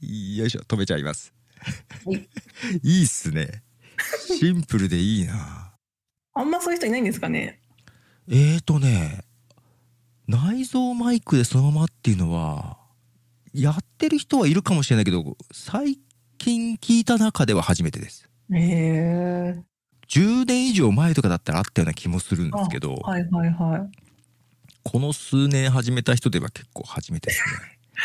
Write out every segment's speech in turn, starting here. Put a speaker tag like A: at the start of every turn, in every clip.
A: いしょ止めちゃいます
B: はい
A: いいっすねシンプルでいいな
B: あんまそういう人いないんですかね。
A: えーとね内蔵マイクでそのままっていうのはやってる人はいるかもしれないけど最近聞いた中では初めてです
B: へえ。
A: 10年以上前とかだったらあったような気もするんですけど、
B: はいはいはい。
A: この数年始めた人では結構初めてです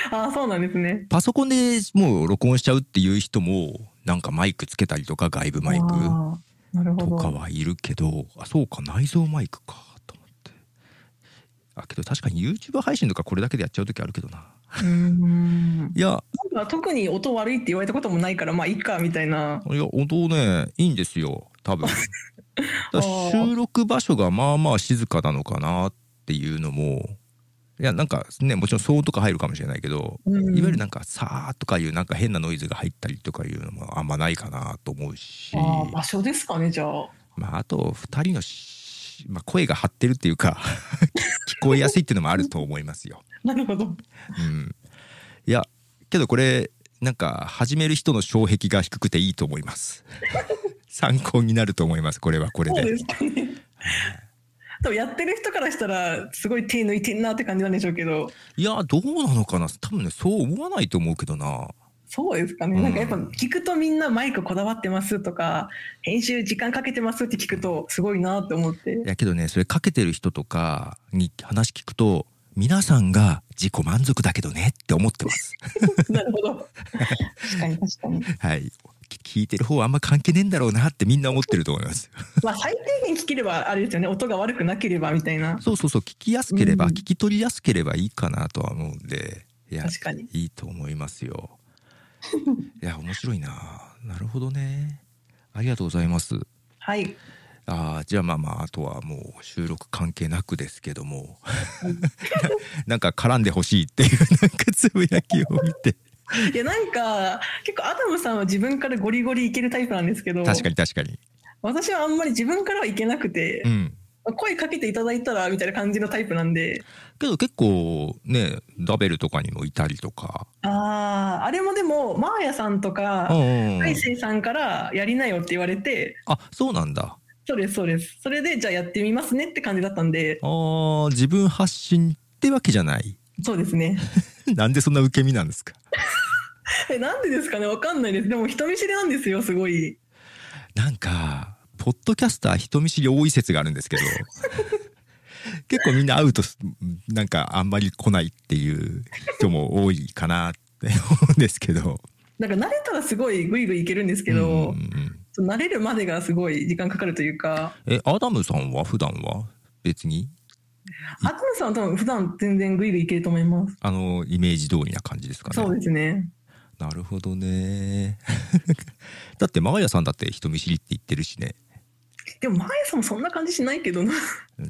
A: ね
B: ああ、そうなんですね。
A: パソコンでもう録音しちゃうっていう人もなんかマイクつけたりとか外部マイク
B: あーなるほ
A: と
B: ど。
A: かはいるけどあそうか内蔵マイクかと思ってあけど確かに YouTube 配信とかこれだけでやっちゃう時あるけどな
B: うーん。なん
A: いや
B: か特に音悪いって言われたこともないから、まあいいかみたいな。
A: いや音ねいいんですよ多 分だから収録場所がまあまあ静かなのかなっていうのもいやなんかねもちろん騒音とか入るかもしれないけど、
B: うん
A: いわゆるなんかさーとかいうなんか変なノイズが入ったりとかいうのもあんまないかなと思うし
B: ああ、場所ですかね、じゃあ。
A: まあ、あと2人のし、まあ、声が張ってるっていうか 聞こえやすいっていうのもあると思いますよ。
B: なるほど。
A: うん、いやけどこれなんか始める人の障壁が低くていいと思います。 参考になると思いますこれはこれ
B: そう
A: で
B: で。すかね。でもやってる人からしたら、すごい手抜いてんなって感じなんでしょうけど。
A: いやどうなのかな多分ねそう思わないと思うけどな。
B: そうですかね、
A: うん
B: なんかやっぱ聞くとみんなマイクこだわってますとか編集時間かけてますって聞くとすごいなって思って
A: いやけどねそれかけてる人とかに話聞くと皆さんが自己満足だけどねって思ってます。
B: なるほど確かに確かに
A: はい聞いてる方はあんま関係ねえんだろうなってみんな思ってると思います。
B: まあ最低限聞ければあれですよね音が悪くなければみたいな
A: そうそうそう聞きやすければ、
B: うん
A: 聞き取りやすければいいかなとは思うんでいや
B: 確かに
A: いいと思いますよいや面白いななるほどねありがとうございます
B: はい
A: あーじゃあまあまああとはもう収録関係なくですけども ななんか絡んでほしいっていうなんかつぶやきを見て
B: いやなんか結構アダムさんは自分からゴリゴリいけるタイプなんですけど
A: 確かに確かに
B: 私はあんまり自分からはいけなくて
A: う、ん
B: 声かけていただいたらみたいな感じのタイプなんで
A: けど結構ねダベルとかにもいたりとか
B: あああれもでもマーヤさんと
A: うん
B: か
A: うんう
B: 大
A: ん
B: 成さんからやりなよって言われて
A: あそうなんだ
B: そうですそうですそれでじゃあやってみますねって感じだったんで
A: あー自分発信ってわけじゃない
B: そうですね
A: なんでそんな受け身なんですか
B: えなんでですかねわかんないですでも人見知りなんですよすごい
A: なんかポッドキャスター人見知り多い説があるんですけど 結構みんな会うとすなんかあんまり来ないっていう人も多いかなって思うんですけど
B: なんか慣れたらすごいグイグイいけるんですけ
A: うんうんう
B: ど、
A: ん
B: ちょっと慣れるまでがすごい時間かかるというか
A: えアダムさんは普段は別に
B: アトムさんは多分普段全然グイグイいけると思います
A: あのイメージ通りな感じですかね
B: そうですね
A: なるほどね だってマーヤさんだって人見知りって言ってるしね
B: でもマーヤさんもそんな感じしない けどな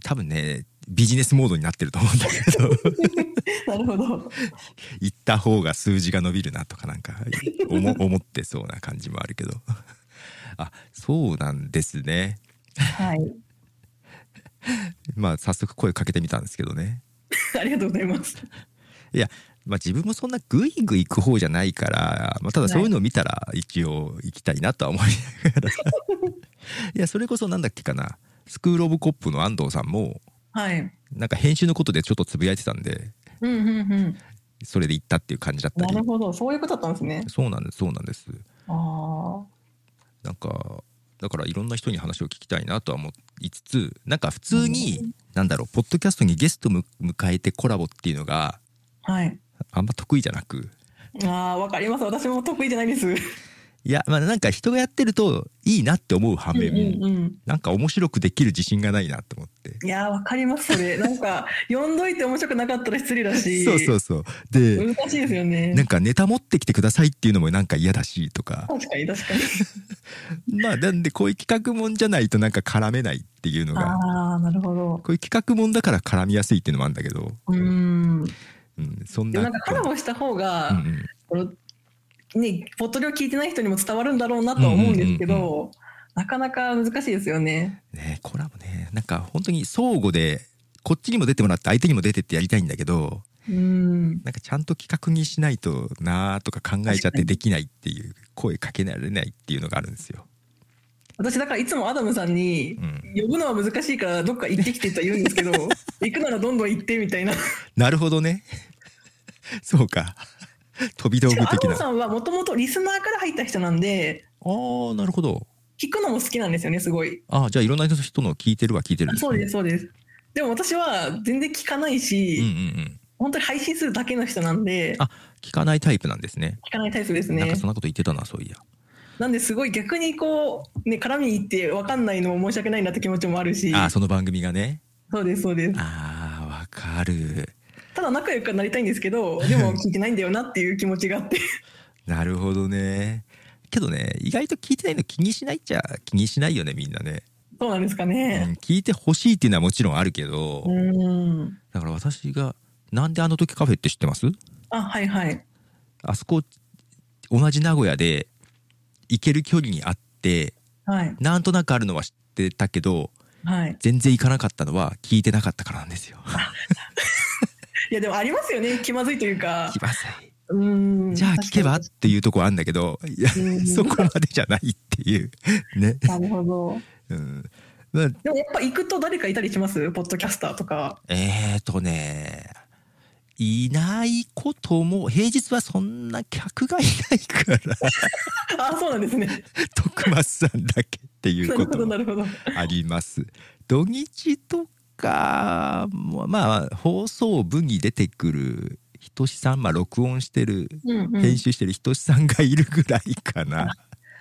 A: 多分ねビジネスモードになってると思うんだけど
B: なるほど
A: 行った方が数字が伸びるなとかなんか思 思ってそうな感じもあるけど あそうなんですね
B: はい
A: まあ早速声かけてみたんですけどね
B: ありがとうございます
A: いや、まあ、自分もそんなグイグイ行く方じゃないから、まあ、ただそういうのを見たら一応行きたいなとは思いながら いやそれこそなんだっけかなスクール・オブ・コップの安藤さんも
B: はい
A: なんか編集のことでちょっとつぶやいてたんで
B: うんうんうん
A: それで行ったっていう感じだった
B: な
A: り
B: るほどそういうことだったんですね
A: そうなんですそうなんです
B: ああ
A: なんかだからいろんな人に話を聞きたいなとは思いつつなんか普通に、なんだろうポッドキャストにゲストむ迎えてコラボっていうのが
B: はい
A: あんま得意じゃなく
B: ああ、わかります。私も得意じゃないです。
A: いやまあなんか人がやってるといいなって思う反
B: うん
A: 面、
B: うんうん。
A: なんか面白くできる自信がないなと思って。
B: いやー、わかります。それ、なんか、読んどいて面白くなかったら失礼だし。
A: そうそうそうで、
B: 難しいですよね
A: なん。かネタ持ってきてくださいっていうのもなんか嫌だしとか
B: 確かに、確かに。
A: まあなんでこういう企画もんじゃないとなんか絡めないっていうのが
B: ああ、なるほど。
A: こういう企画もんだから絡みやすいっていうのもあるんだけど、
B: うーん。
A: うん、そん
B: で
A: な
B: もなんか、コラボした方が、
A: うんうん
B: この。ね、ポット量聞いてない人にも伝わるんだろうなとは思うんですけど。
A: うんうん
B: なかなか難しいですよね。
A: ねコラボねなんか本当に相互でこっちにも出てもらって相手にも出てってやりたいんだけど
B: うん
A: なんかちゃんと企画にしないとなーとか考えちゃってできないっていう声かけられないっていうのがあるんですよ。
B: 私だからいつもアダムさんに
A: うん
B: 呼ぶのは難しいからどっか行ってきてとは言うん ですけど行くならどんどん行ってみたいな
A: なるほどね。 そうか。飛び道具
B: しかもア
A: 的
B: ダム
A: な。あ
B: さんはもともとリスナーから入った人なんで
A: あー、なるほど。
B: 聞くのも好きなんですよねすごい
A: ああ、じゃあいろんな人の聞いてるは聞いてるん。
B: そうですすそうですでも私は全然聞かないし、
A: うんうんうん。
B: 本当に配信するだけの人なんで
A: あ聞かないタイプなんですね。
B: 聞かないタイプですね
A: なん
B: な
A: かそんなこと言ってたな、そういや。
B: んですごい逆にこうね絡みに行って分かんないのも申し訳ないなって気持ちもあるし
A: ああ、その番組がね。
B: そうですそうです
A: ああ、わかる。
B: ただ仲良くはなりたいんですけどでも聞いてないんだよなっていう気持ちがあって
A: なるほどね。けどね、意外と聞いてないの気にしないっちゃ気にしないよね、みんなね。
B: そうなんですか
A: うん
B: ね、
A: 聞いてほしいっていうのはもちろんあるけど、
B: うん
A: だから私が「なんであの時カフェって知ってます
B: あはいはい
A: あそこ同じ名古屋で行ける距離にあって
B: はい
A: なんとなくあるのは知ってたけど
B: はい
A: 全然行かなかったのは聞いてなかったからなんですよ。
B: いやでもありますよね気まずいというか
A: 気まずい
B: うん
A: じゃあ聞けばっていうとこあんだけどいや
B: うん
A: そこまでじゃないっていう ね。
B: なるほど
A: うんまあ
B: でもやっぱ行くと誰かいたりしますポッドキャスターとか
A: えーとねいないことも平日はそんな客がいないから
B: あそうなんですね
A: 徳松さんだけってい
B: な
A: う
B: るほ
A: こと
B: ど
A: も
B: なるほど
A: あります。土日とかもまあ放送部に出てくる仁さんまあ録音してる
B: うん、うん
A: 編、集してる仁さんがいるぐらいかな、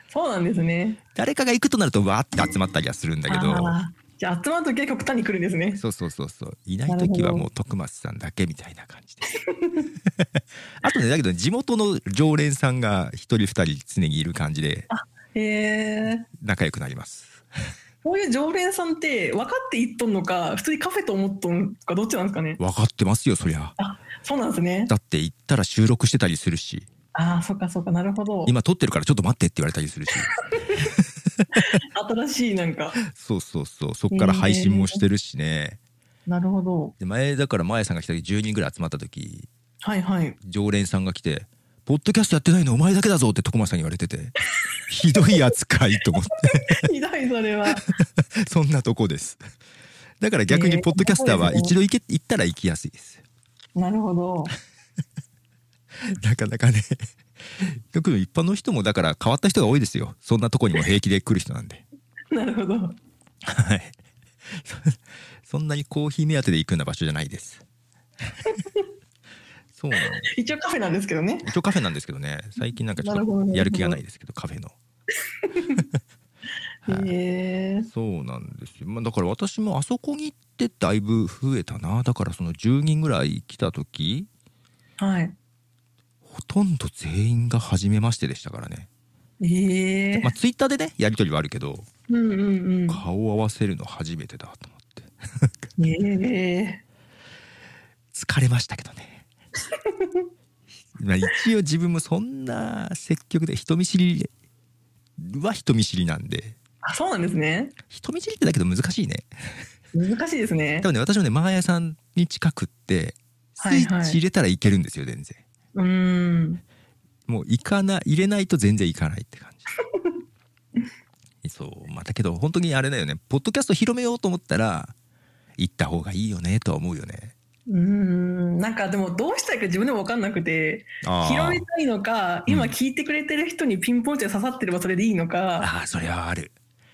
B: そうなんですね
A: 誰かが行くとなるとわーって集まったりはするんだけど
B: あーじゃあ集まる時は極端に来るんですね
A: そうそうそうそういない時はもう徳松さんだけみたいな感じです あとねだけど地元の常連さんが一人二人常にいる感じで
B: へえ
A: 仲良くなります
B: こういう常連さんって分かって行っとんのか普通にカフェと思っとんかどっちなんですかね
A: 分かってますよそりゃ
B: そうなんですね
A: だって行ったら収録してたりするし
B: ああそっかそっかなるほど
A: 今撮ってるからちょっと待ってって言われたりするし
B: 新しいなんか
A: そうそうそうそっから配信もしてるしね、
B: なるほど
A: で前だから前さんが来た時10人ぐらい集まった時
B: はいはい
A: 常連さんが来て「ポッドキャストやってないのお前だけだぞ」って徳間さんに言われててひどい扱いと思って
B: ひどいそれは
A: そんなとこですだから逆に
B: ね
A: ポッドキャスターは
B: そうで
A: 一
B: すね
A: 度行け行ったら行きやすいです
B: なるほど
A: なかなかね よく一般の人もだから変わった人が多いですよそんなとこにも平気で来る人なんで
B: なるほど
A: はい そそんなにコーヒー目当てで行くような場所じゃないです そうなんです
B: 一応カフェなんですけどね
A: 一応カフェなんですけどね最近なんかちょ
B: な
A: っ
B: るほど
A: と
B: ね
A: やる気がないですけどカフェのはい
B: へえ
A: そうなんですよ、まあ、だから私もあそこに行ってだいぶ増えたなだからその10人ぐらい来た時
B: はい
A: ほとんど全員が初めましてでしたからね、
B: へえ
A: まあ、ツイッターでねやり取りはあるけど
B: うんうん
A: 顔を合わせるの初めてだと思って
B: うんへえ
A: 疲れましたけどねまあ一応自分もそんな積極で人見知りは人見知りなんで
B: あそうなんですね
A: 人見知りってだけど難しいね
B: 難しいですね
A: 多分ね私もねマーヤさんに近くってスイ
B: はい
A: ッ
B: はい
A: チ入れたらいけるんですよ全然、
B: うーん
A: もう行かな入れないと全然行かないって感 じそうまあだけど本当にあれだよねポッドキャスト広めようと思ったら行った方がいいよねとは思うよね
B: うーんなんかでもどうしたいか自分でも分かんなくて
A: あ
B: 広めたいのか今
A: うん
B: 聞いてくれてる人にピンポイントで刺さってればそれでいいのか、
A: あーそれはある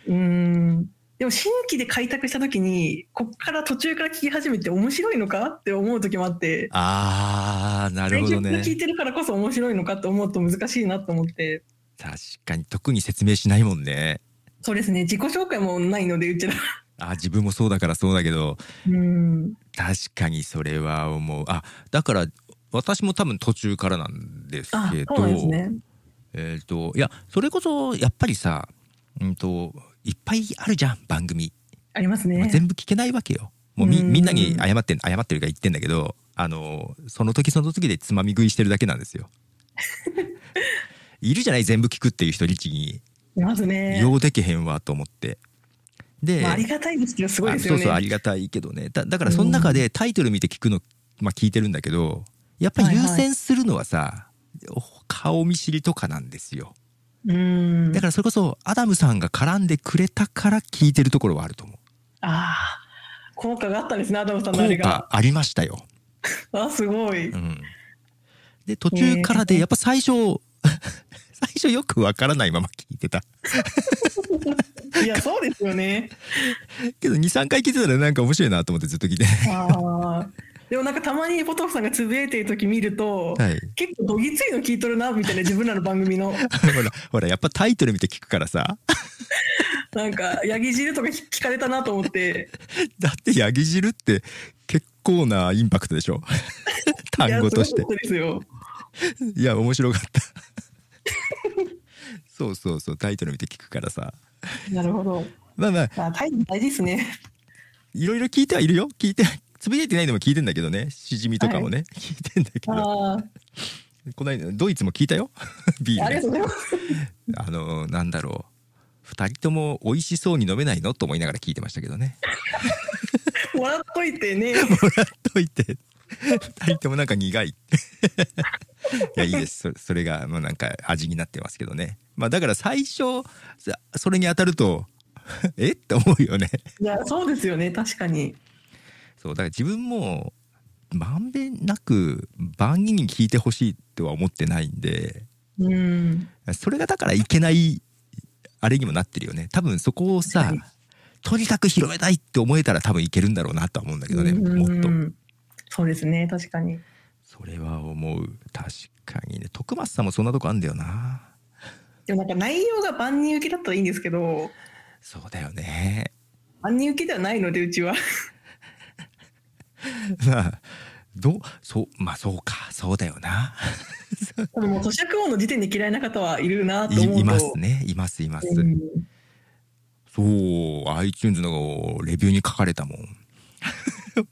B: うーんでも新規で開拓した時にこっから途中から聞き始めて面白いのかって思う時もあって
A: あーなる
B: 最
A: ほ
B: 初
A: ど
B: から
A: ね
B: 聞いてるからこそ面白いのかって思うと難しいなと思って
A: 確かに特に説明しないもんね
B: そうですね自己紹介もないのでうちらう
A: あー自分もそうだからそうだけど
B: ーん
A: 確かにそれは思うあだから私も多分途中からなんです
B: あ
A: けど
B: そうなんですね
A: えっ、といやそれこそやっぱりさうんといっぱいあるじゃん番組
B: あります
A: まあ
B: ね
A: 全部聞けないわけよ。もうみ
B: うん
A: みんなに謝ってん謝ってるから言ってんだけどあのその時その時でつまみ食いしてるだけなん ですよ。いるじゃない全部聞くっていう人律に
B: いますね、
A: ようできへんわと思って。で、
B: まあ、ありがたいですけどすごいですよ
A: あ
B: ね
A: そうそうありがたいけどねだだからその中でタイトル見て聞くのまあ、聞いてるんだけどやっぱり
B: はいは
A: 優
B: い
A: 先するのはさ、顔見知りとかなんですよ
B: うん
A: だからそれこそアダムさんが絡んでくれたから聞いてるところはあると思う
B: ああ効果があったんですねアダムさんのあれ
A: 効
B: が
A: 果ありましたよ、
B: あすごい、
A: うん、で途中からでやっぱ最初 最初よくわからないまま聞いてた
B: いやそうですよね
A: けど23回聞いてたらなんか面白いなと思ってずっと聞いて
B: ああでもなんかたまにポトフさんがつぶやいてる時見ると、
A: はい
B: 結構どぎついの聞いとるなみたいな自分らの番組の
A: ほらほらやっぱタイトル見て聞くからさ
B: なんかヤギ汁とか聞かれたなと 思って
A: だってヤギ汁って結構なインパクトでし ょ単語とし
B: い
A: て
B: やすごかったですよ
A: いや面白かった そうそうそうタイトル見て聞くからさ
B: なるほど
A: まあまあ
B: あタイム大事ですね
A: いろいろ聞いてはいるよ聞いてつぶやいてないのも聞いてんだけどねしじみとかもね、聞いてんだけど
B: あ
A: この間ドイツも聞いたよ ビ
B: あ
A: ー
B: ありが
A: ル
B: とう
A: ね
B: ございます
A: あのなんだろう2人とも美味しそうに飲めないのと思いながら聞いてましたけど ね
B: 笑っといて ね
A: もらっといて2人ともなんか苦い いやいいですそそれがもうなんか味になってますけどねまあだから最初そそれに当たると えって思うよね
B: いやそうですよね確かに
A: そうだから自分もまんべんなく万人に聞いてほしいとは思ってないんで
B: うん
A: それがだからいけないあれにもなってるよね多分そこをさ、
B: はい
A: とにかく広めたいって思えたら多分いけるんだろうなとは思うんだけどね
B: うん
A: もっと
B: そうですね確かに
A: それは思う確かにね徳松さんもそんなとこあんだよな
B: でもなんか内容が万人受けだったらいいんですけど
A: そうだよね
B: 万人受けではないのでうちは
A: まあどうそうまあそうかそうだよな
B: 多分もう咀嚼音の時点で嫌いな方はいるなと思うと
A: いいますねいますいます、
B: うん
A: そう iTunes のレビューに書かれたもん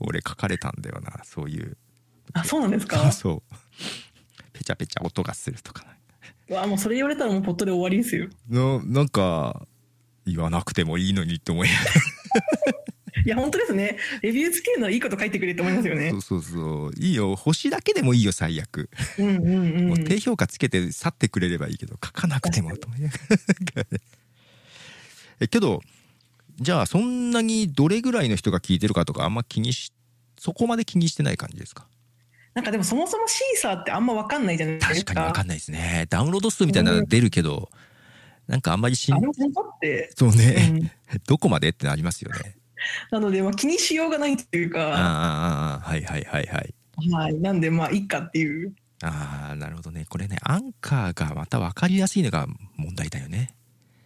A: 俺書かれたんだよなそういう
B: あそうなんですか
A: そうペチャペチャ音がするとか
B: うわもうそれ言われたらもうポットで終わりですよ
A: ななんか言わなくてもいいのにって思い
B: いや本当ですねレビューつけるのはいいこと書いてくれって思いますよね
A: そうそうそういいよ星だけでもいいよ最悪、
B: うんうん
A: も
B: う
A: うん低評価つけて去ってくれればいいけど書かなくてもと思いながら えけどじゃあそんなにどれぐらいの人が聞いてるかとかあんま気にしそこまで気にしてない感じですか
B: なんかでもそもそもシーサーってあんま分かんないじゃないです
A: 確
B: か
A: かに分かんないですねダウンロード数みたいなの出るけど、なんかあんまりしん
B: あれも本当 って、
A: そう
B: う
A: ね、
B: ん、
A: どこまでってなりますよね
B: なのでまあ気にしようがないっていう
A: あ
B: か
A: あああああはいはいはいはい
B: はいなんでまあいいかっていう
A: ああなるほどねこれねアンカーがまた分かりやすいのが問題だよね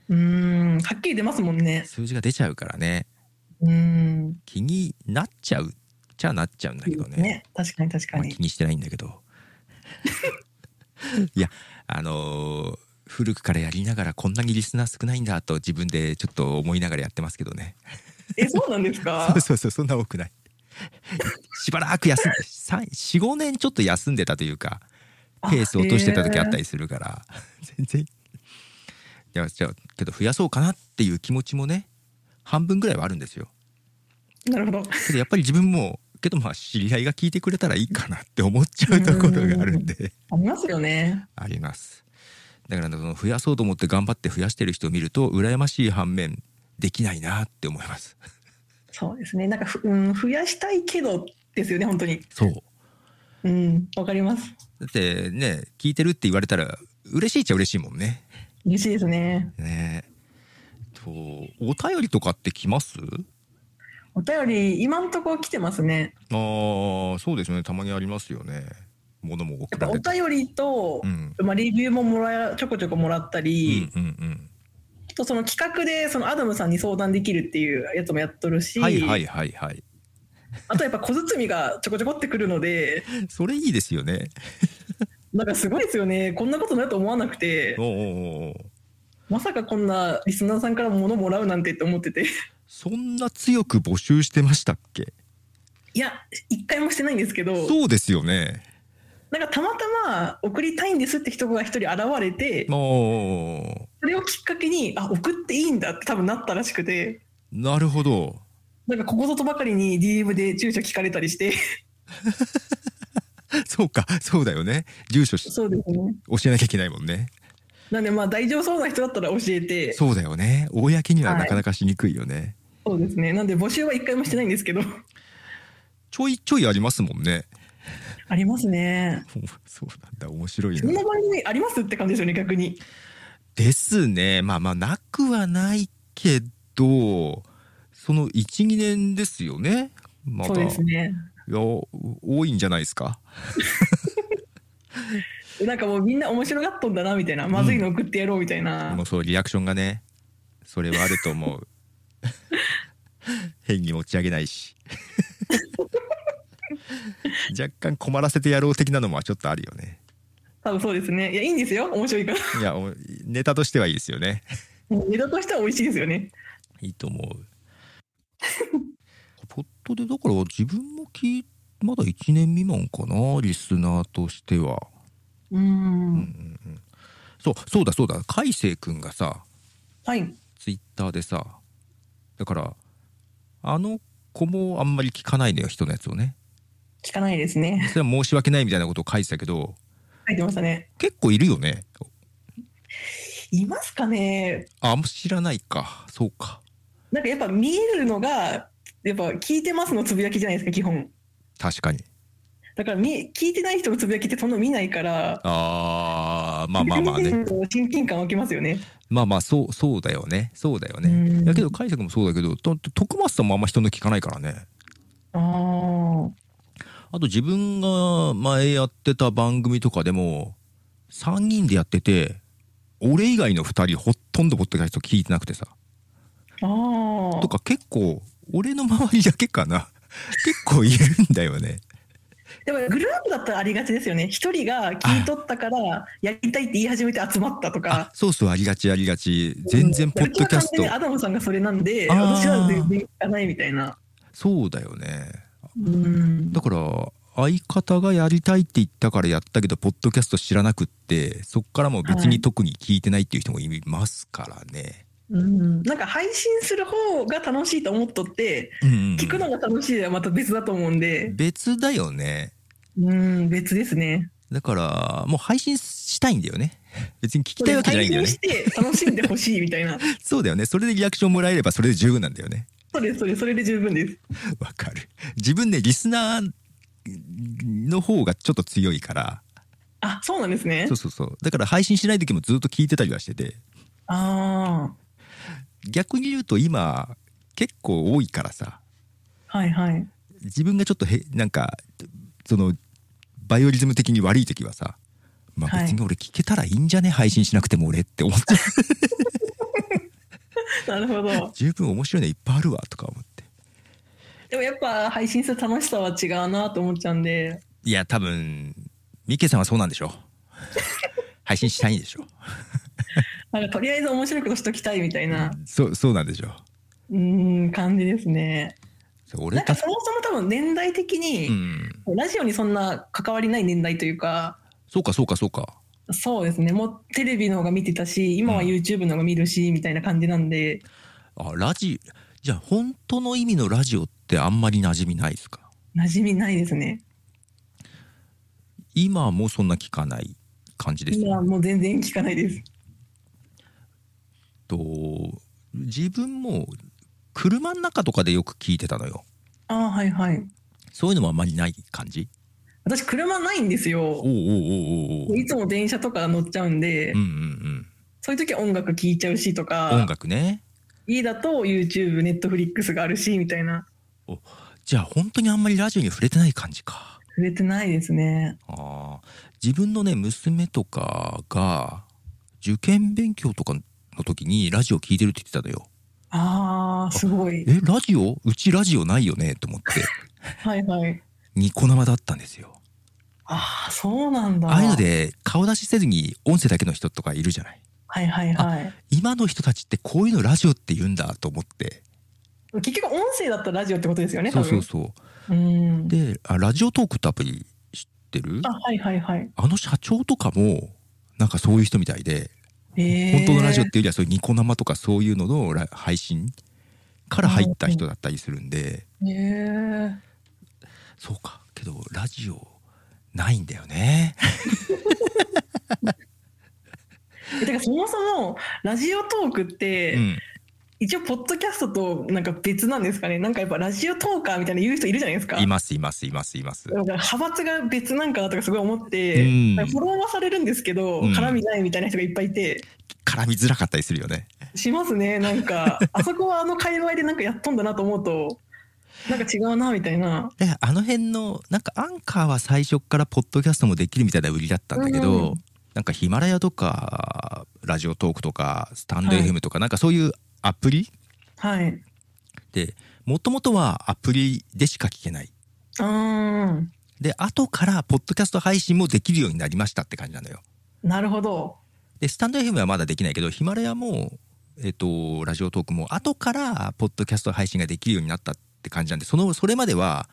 B: うーんはっきり出ますもんね
A: 数字が出ちゃうからね
B: うーん
A: 気になっちゃうじゃなっちゃうんだけどね
B: 確かに確か
A: まあ
B: に
A: 気にしてないんだけど いやあのー古くからやりながらこんなにリスナー少ないんだと自分でちょっと思いながらやってますけどね
B: えそうなんですか
A: そうそうそうそんな多くないしばらく休んで45年ちょっと休んでたというかペースを落としてた時あった
B: り
A: りするから、全然いやじゃあけど増やそうかなっていう気持ちもね半分ぐらいはあるんですよ
B: なるほど
A: けどやっぱり自分もけどまあ知り合いが聞いてくれたらいいかなって思っちゃうところがあるんで
B: ありますよね
A: ありますだからその増やそうと思って頑張って増やしてる人を見ると羨ましい反面できないなって思います
B: そうですねなんかふ、うん、増やしたいけどですよね本当に
A: そう
B: うんわかります
A: だってね聞いてるって言われたら嬉しいっちゃ嬉しいもんね
B: 嬉しいですね
A: ねとお便りとかって来ます
B: お便り今んとこ来てますね
A: あーそうですねたまにありますよねものも
B: や
A: 送
B: っぱ
A: ら
B: お
A: れて
B: 便りと、
A: うん
B: まあ、レビューももらえちょこちょこもらった
A: う
B: り、
A: んうん
B: あとその企画でそのアダムさんに相談できるっていうやつもやっとる
A: う
B: し、
A: んはいはいはいはい
B: あとやっぱ小包みがちょこちょこってくるので
A: それいいですよね
B: なんかすごいですよねこんなことになると思わなくて
A: おうおうおうおう
B: まさかこんなリスナーさんから物もらうなんてって思ってて
A: そんな強く募集してましたっけ
B: いや一回もしてないんですけど
A: そうですよね
B: なんかたまたま送りたいんですって人が一人現れて
A: おうおうおう
B: それをきっかけにあ送っていいんだって多分なったらしくて
A: なるほど
B: なんかここぞとばかりに DM で住所聞かれたりして、
A: そうか、そうだよね。住所し
B: そうですね。
A: 教えなきゃいけないもんね。
B: なんでまあ大丈夫そうな人だったら教えて、
A: そうだよね。公には
B: はい
A: なかなかしにくいよね。
B: そうですね。なんで募集は一回もしてないんですけど、
A: ちょいちょいありますもんね。
B: ありますね。
A: そうなんだ、面白い
B: こん
A: な
B: な。番組ありますって感じですよね、逆に。
A: ですね。まあまあ、なくはないけど、その1、2年ですよね。ま
B: そう
A: だ、
B: ですね。
A: いや、多いんじゃないですか。
B: なんかもうみんな面白がっとんだなみたいな、まずいの送ってやろうみたいな、
A: もうそう、リアクションがね、それはあると思う。 変に持ち上げないし。 若干困らせてやろう的なのもちょっとあるよね。
B: 多分そうですねいやいいんですよ面白いから
A: いや、おネタとしてはいいですよね。
B: ネタとしては美味しいですよね
A: いいと思う。ポットでだから自分も聞いまだ1年未満かなリスナーとしては。
B: うーん
A: そうそうだそうだ海星くんがさ
B: はい
A: ツイッターでさだからあの子もあんまり聞かないのよ人のやつをね。
B: 聞かないですね
A: それは申し訳ないみたいなことを書いてたけど
B: 書いてましたね
A: 結構いるよね。
B: いますかね
A: あ知らないかそうか
B: なんかやっぱ見えるのがやっぱ聞いてますのつぶやきじゃないですか基本
A: 確かに。
B: だからみ聞いてない人のつぶやきってそんな見ないから
A: あーまあまあまあね。
B: 見てると親近感湧きますよね
A: まあまあそうそうだよねそうだよ
B: う
A: ね
B: ん
A: だけど解釈もそうだけどとと徳松さんもあんま人の聞かないからね
B: ああ
A: あと自分が前やってた番組とかでも3人でやってて俺以外の2人ほとんどポッドキャスト聞いてなくてさ
B: あ
A: と
B: あ
A: か結構俺の周りだけかな 結構いるんだよね
B: でもグループだったらありがちですよね一人が聞いとったからやりたいって言い始めて集まったとか
A: あそうそうありがちありがち全然ポッドキャスト
B: うちは完全にアダムさんがそれなんで、
A: あー
B: 私は全然行かないみたいな。
A: そうだよね
B: うん
A: だから相方がやりたいって言ったからやったけどポッドキャスト知らなくってそっからもう別
B: は
A: に
B: い
A: 特に聞いてないっていう人もいますからね。
B: うんなんか配信する方が楽しいと思っとって、
A: うんうん
B: 聞くのが楽しいではまた別だと思うんで、
A: 別だよね
B: うん、別ですね。
A: だからもう配信したいんだよね 別に聞きたいわけじゃないんだよ
B: 配
A: ね
B: 信して楽しんでほしいみたいな。
A: そうだよねそれでリアクションもらえればそれで十分なんだよね
B: そうです、そうです、それで十分です。
A: わかる自分ねリスナーの方がちょっと強いから
B: あ、そうなんですね
A: そう。そうそうだから配信しない時もずっと聞いてたりはしてて
B: あ
A: 逆に言うと今結構多いからさ
B: あ、はいはい。
A: 自分がちょっとへなんかそのバイオリズム的に悪い時はさまあ
B: はい
A: 別に俺聞けたらいいんじゃね、配信しなくても俺って思って
B: なるほど。
A: 十分面白いのいっぱいあるわとか思って
B: でもやっぱ配信する楽しさは違うなと思っちゃうんで、
A: いや多分ミケさんはそうなんで しょ配信したいんでしょ
B: なんかとりあえず面白いことしときたいみたいな、
A: そうそうなんでしょ
B: うん、感じですね。
A: 俺
B: なんか
A: た
B: そもそも多分年代的
A: う
B: に、
A: ん
B: ラジオにそんな関わりない年代というか、
A: そうかそうかそうか
B: そうですね、もうテレビの方が見てたし、今は
A: うん
B: YouTube の方が見るし、みたいな感じなんで、
A: あラジじゃあ本当の意味のラジオってあんまり馴染みないですか
B: 馴染みないですね。
A: 今もそんな聞かない感じですよね
B: 今はもう全然聞かないです。
A: と自分も車の中とかでよく聞いてたのよ
B: ああ、はいはい。
A: そういうのもあんまりない感じ
B: 私、車ないんです
A: お
B: よ
A: う。おうおうおうおう
B: いつも電車とか乗っちゃうんで、
A: うんうん
B: そういう時は音楽聴いちゃうしと
A: うん音
B: か、
A: 楽ね
B: 家だと YouTube、Netflix があるし、みたいな。
A: じゃあ本当にあんまりラジオに触れてない感じか
B: 触れてないですね。
A: あー自分のね娘とかが受験勉強とかの時にラジオ聞いてるって言ってたのよ
B: ああ、すごい。
A: えラジオうちラジオないよねと思って
B: はいはい。
A: ニコ生だったんですよ
B: ああ、そうなんだ。
A: ああいうので顔出しせずに音声だけの人とかいるじゃない
B: はいはいはい。
A: 今の人たちってこういうのラジオって言うんだと思って、
B: 結局音声だったらラジオってことですよね。
A: そう
B: 多
A: そう
B: 分。
A: そう
B: ん。
A: であラジオトークってアプリ知ってる
B: あ
A: あ
B: はいはいはい。
A: の社長とかもなんかそういう人みたいで、
B: えー
A: 本当のラジオっていうよりはそういうニコ生とかそういうののラ配信から入った人だったりするんで、
B: へえ
A: そうかけどラジオないんだよね
B: だからそもそもラジオトークっ
A: う
B: て、
A: ん
B: 一応ポッドキャストとなんか別なんですかねなんかやっぱラジオトーカーみたいな言う人いるじゃないですか
A: いますいますいますいます
B: だから派閥が別なんかなとかすごい思って、
A: うん
B: なんかフォローはされるんですけど、
A: うん
B: 絡みないみたいな人がいっぱいいて
A: 絡みづらかったりするよね
B: しますねなんかあそこはあの界隈でなんかやっとんだなと思うとなんか違うなみたいな
A: だからあの辺のなんかアンカーは最初からポッドキャストもできるみたいな売りだったんだけど、
B: うん
A: なんかヒマラヤとかラジオトークとかスタンド
B: はい
A: FM とか、なんかそういうアプリ
B: はい
A: でもともとはアプリでしか聞けない
B: あー
A: で後からポッドキャスト配信もできるようになりましたって感じなのよ
B: なるほど
A: でスタンド FM はまだできないけどヒマラヤも、えっとラジオトークも後からポッドキャスト配信ができるようになったって感じなんでそのそれまでは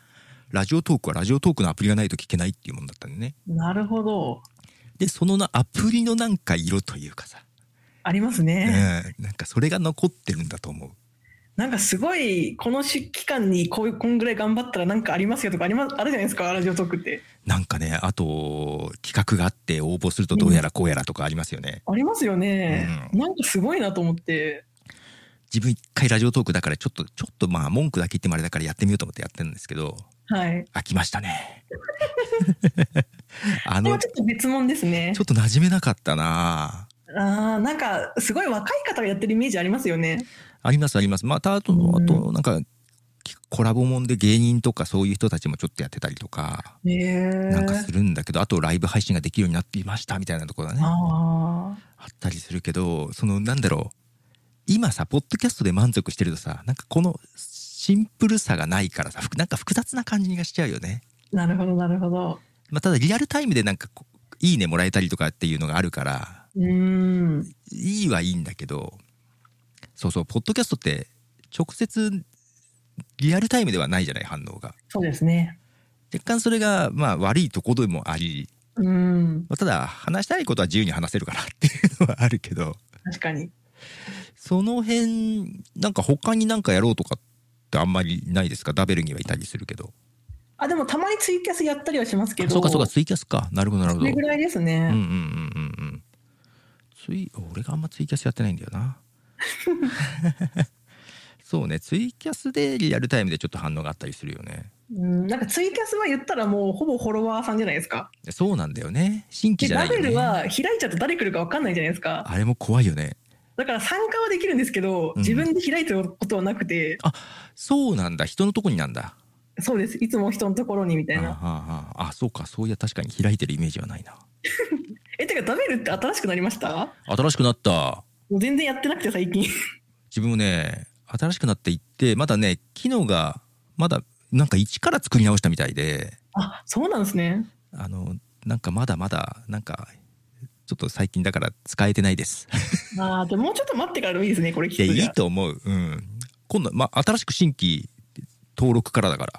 A: ラジオトークはラジオトークのアプリがないと聞けないっていうもんだったんでね
B: なるほど
A: でそのなアプリのなんか色というかさ、
B: ありますね、
A: うん、なんかそれが残ってるんだと思う
B: なんかすごいこの期間にこういうこんぐらい頑張ったらなんかありますよとかありまあるじゃないですかラジオトークって
A: なんかねあと企画があって応募するとどうやらこうやらとかありますよね、
B: ありますよね、
A: う
B: なんかすごいなと思って
A: 自分一回ラジオトークだからちょっとちょっとまあ文句だけ言ってもあれだからやってみようと思ってやってるんですけど
B: はい
A: 飽きましたね あ
B: これ
A: の
B: はちょっと別物ですね
A: ちょっと馴染めなかったな
B: あーなんかすごい若い方がやってるイメージありますよね
A: ありますありますまたあと
B: うん
A: あとなんかコラボもんで芸人とかそういう人たちもちょっとやってたりとか
B: へえ
A: なんかするんだけどあとライブ配信ができるようになっていましたみたいなところがねあ
B: あ
A: ったりするけどそのなんだろう今さポッドキャストで満足してるとさなんかこのシンプルさがないからさふくなんか複雑な感じがしちゃうよね。
B: あなるほどなるほど
A: まあ、ただリアルタイムでなんかこういいねもらえたりとかっていうのがあるから
B: うーん
A: いいはいいんだけどそうそうポッドキャストって直接リアルタイムではないじゃない反応が。
B: そうですね
A: 若干それがまあ悪いところでもあり
B: うん
A: まあただ話したいことは自由に話せるかなっていうのはあるけど
B: 確かに
A: その辺なんか他になんかやろうとかってあんまりないですかダベルにはいたりするけど
B: あでもたまにツイキャスやったりはしますけど
A: そうかそうかツイキャスかなるほどなるほどう
B: それ
A: ん
B: ぐらいです
A: うんうん
B: ね、
A: うんうんツイ俺があんまツイキャスやってないんだよ なそうねツイキャスでリアルタイムでちょっと反応があったりするよね
B: うん、なんかツイキャスは言ったらもうほぼフォロワーさんじゃないですか
A: そうなんだよね新規
B: で
A: じゃな
B: ダ
A: いよ
B: ブル
A: ね
B: は開いちゃうと誰来るか分かんないじゃないですか
A: あれも怖いよね
B: だから参加はできるんですけど
A: うん
B: 自分で開いてることはなくて、
A: そうなんだ人のとこになんだ
B: そうですいつも人のところにみたい
A: あ
B: な
A: ああああそうかそういや確かに開いてるイメージはないな
B: えてかダベルって新しくなりました
A: 新しくなった
B: もう全然やってなくて最近
A: 自分もね新しくなっていってまだね機能がまだなんか一から作り直したみたいで
B: あそうなんですね
A: あのなんかまだまだなんかちょっと最近だから使えてないです
B: あーでももうちょっと待ってからでもいいですねこれ聞
A: いやい
B: くじゃ
A: いと思ううん今度まあ新しく新規登録からだから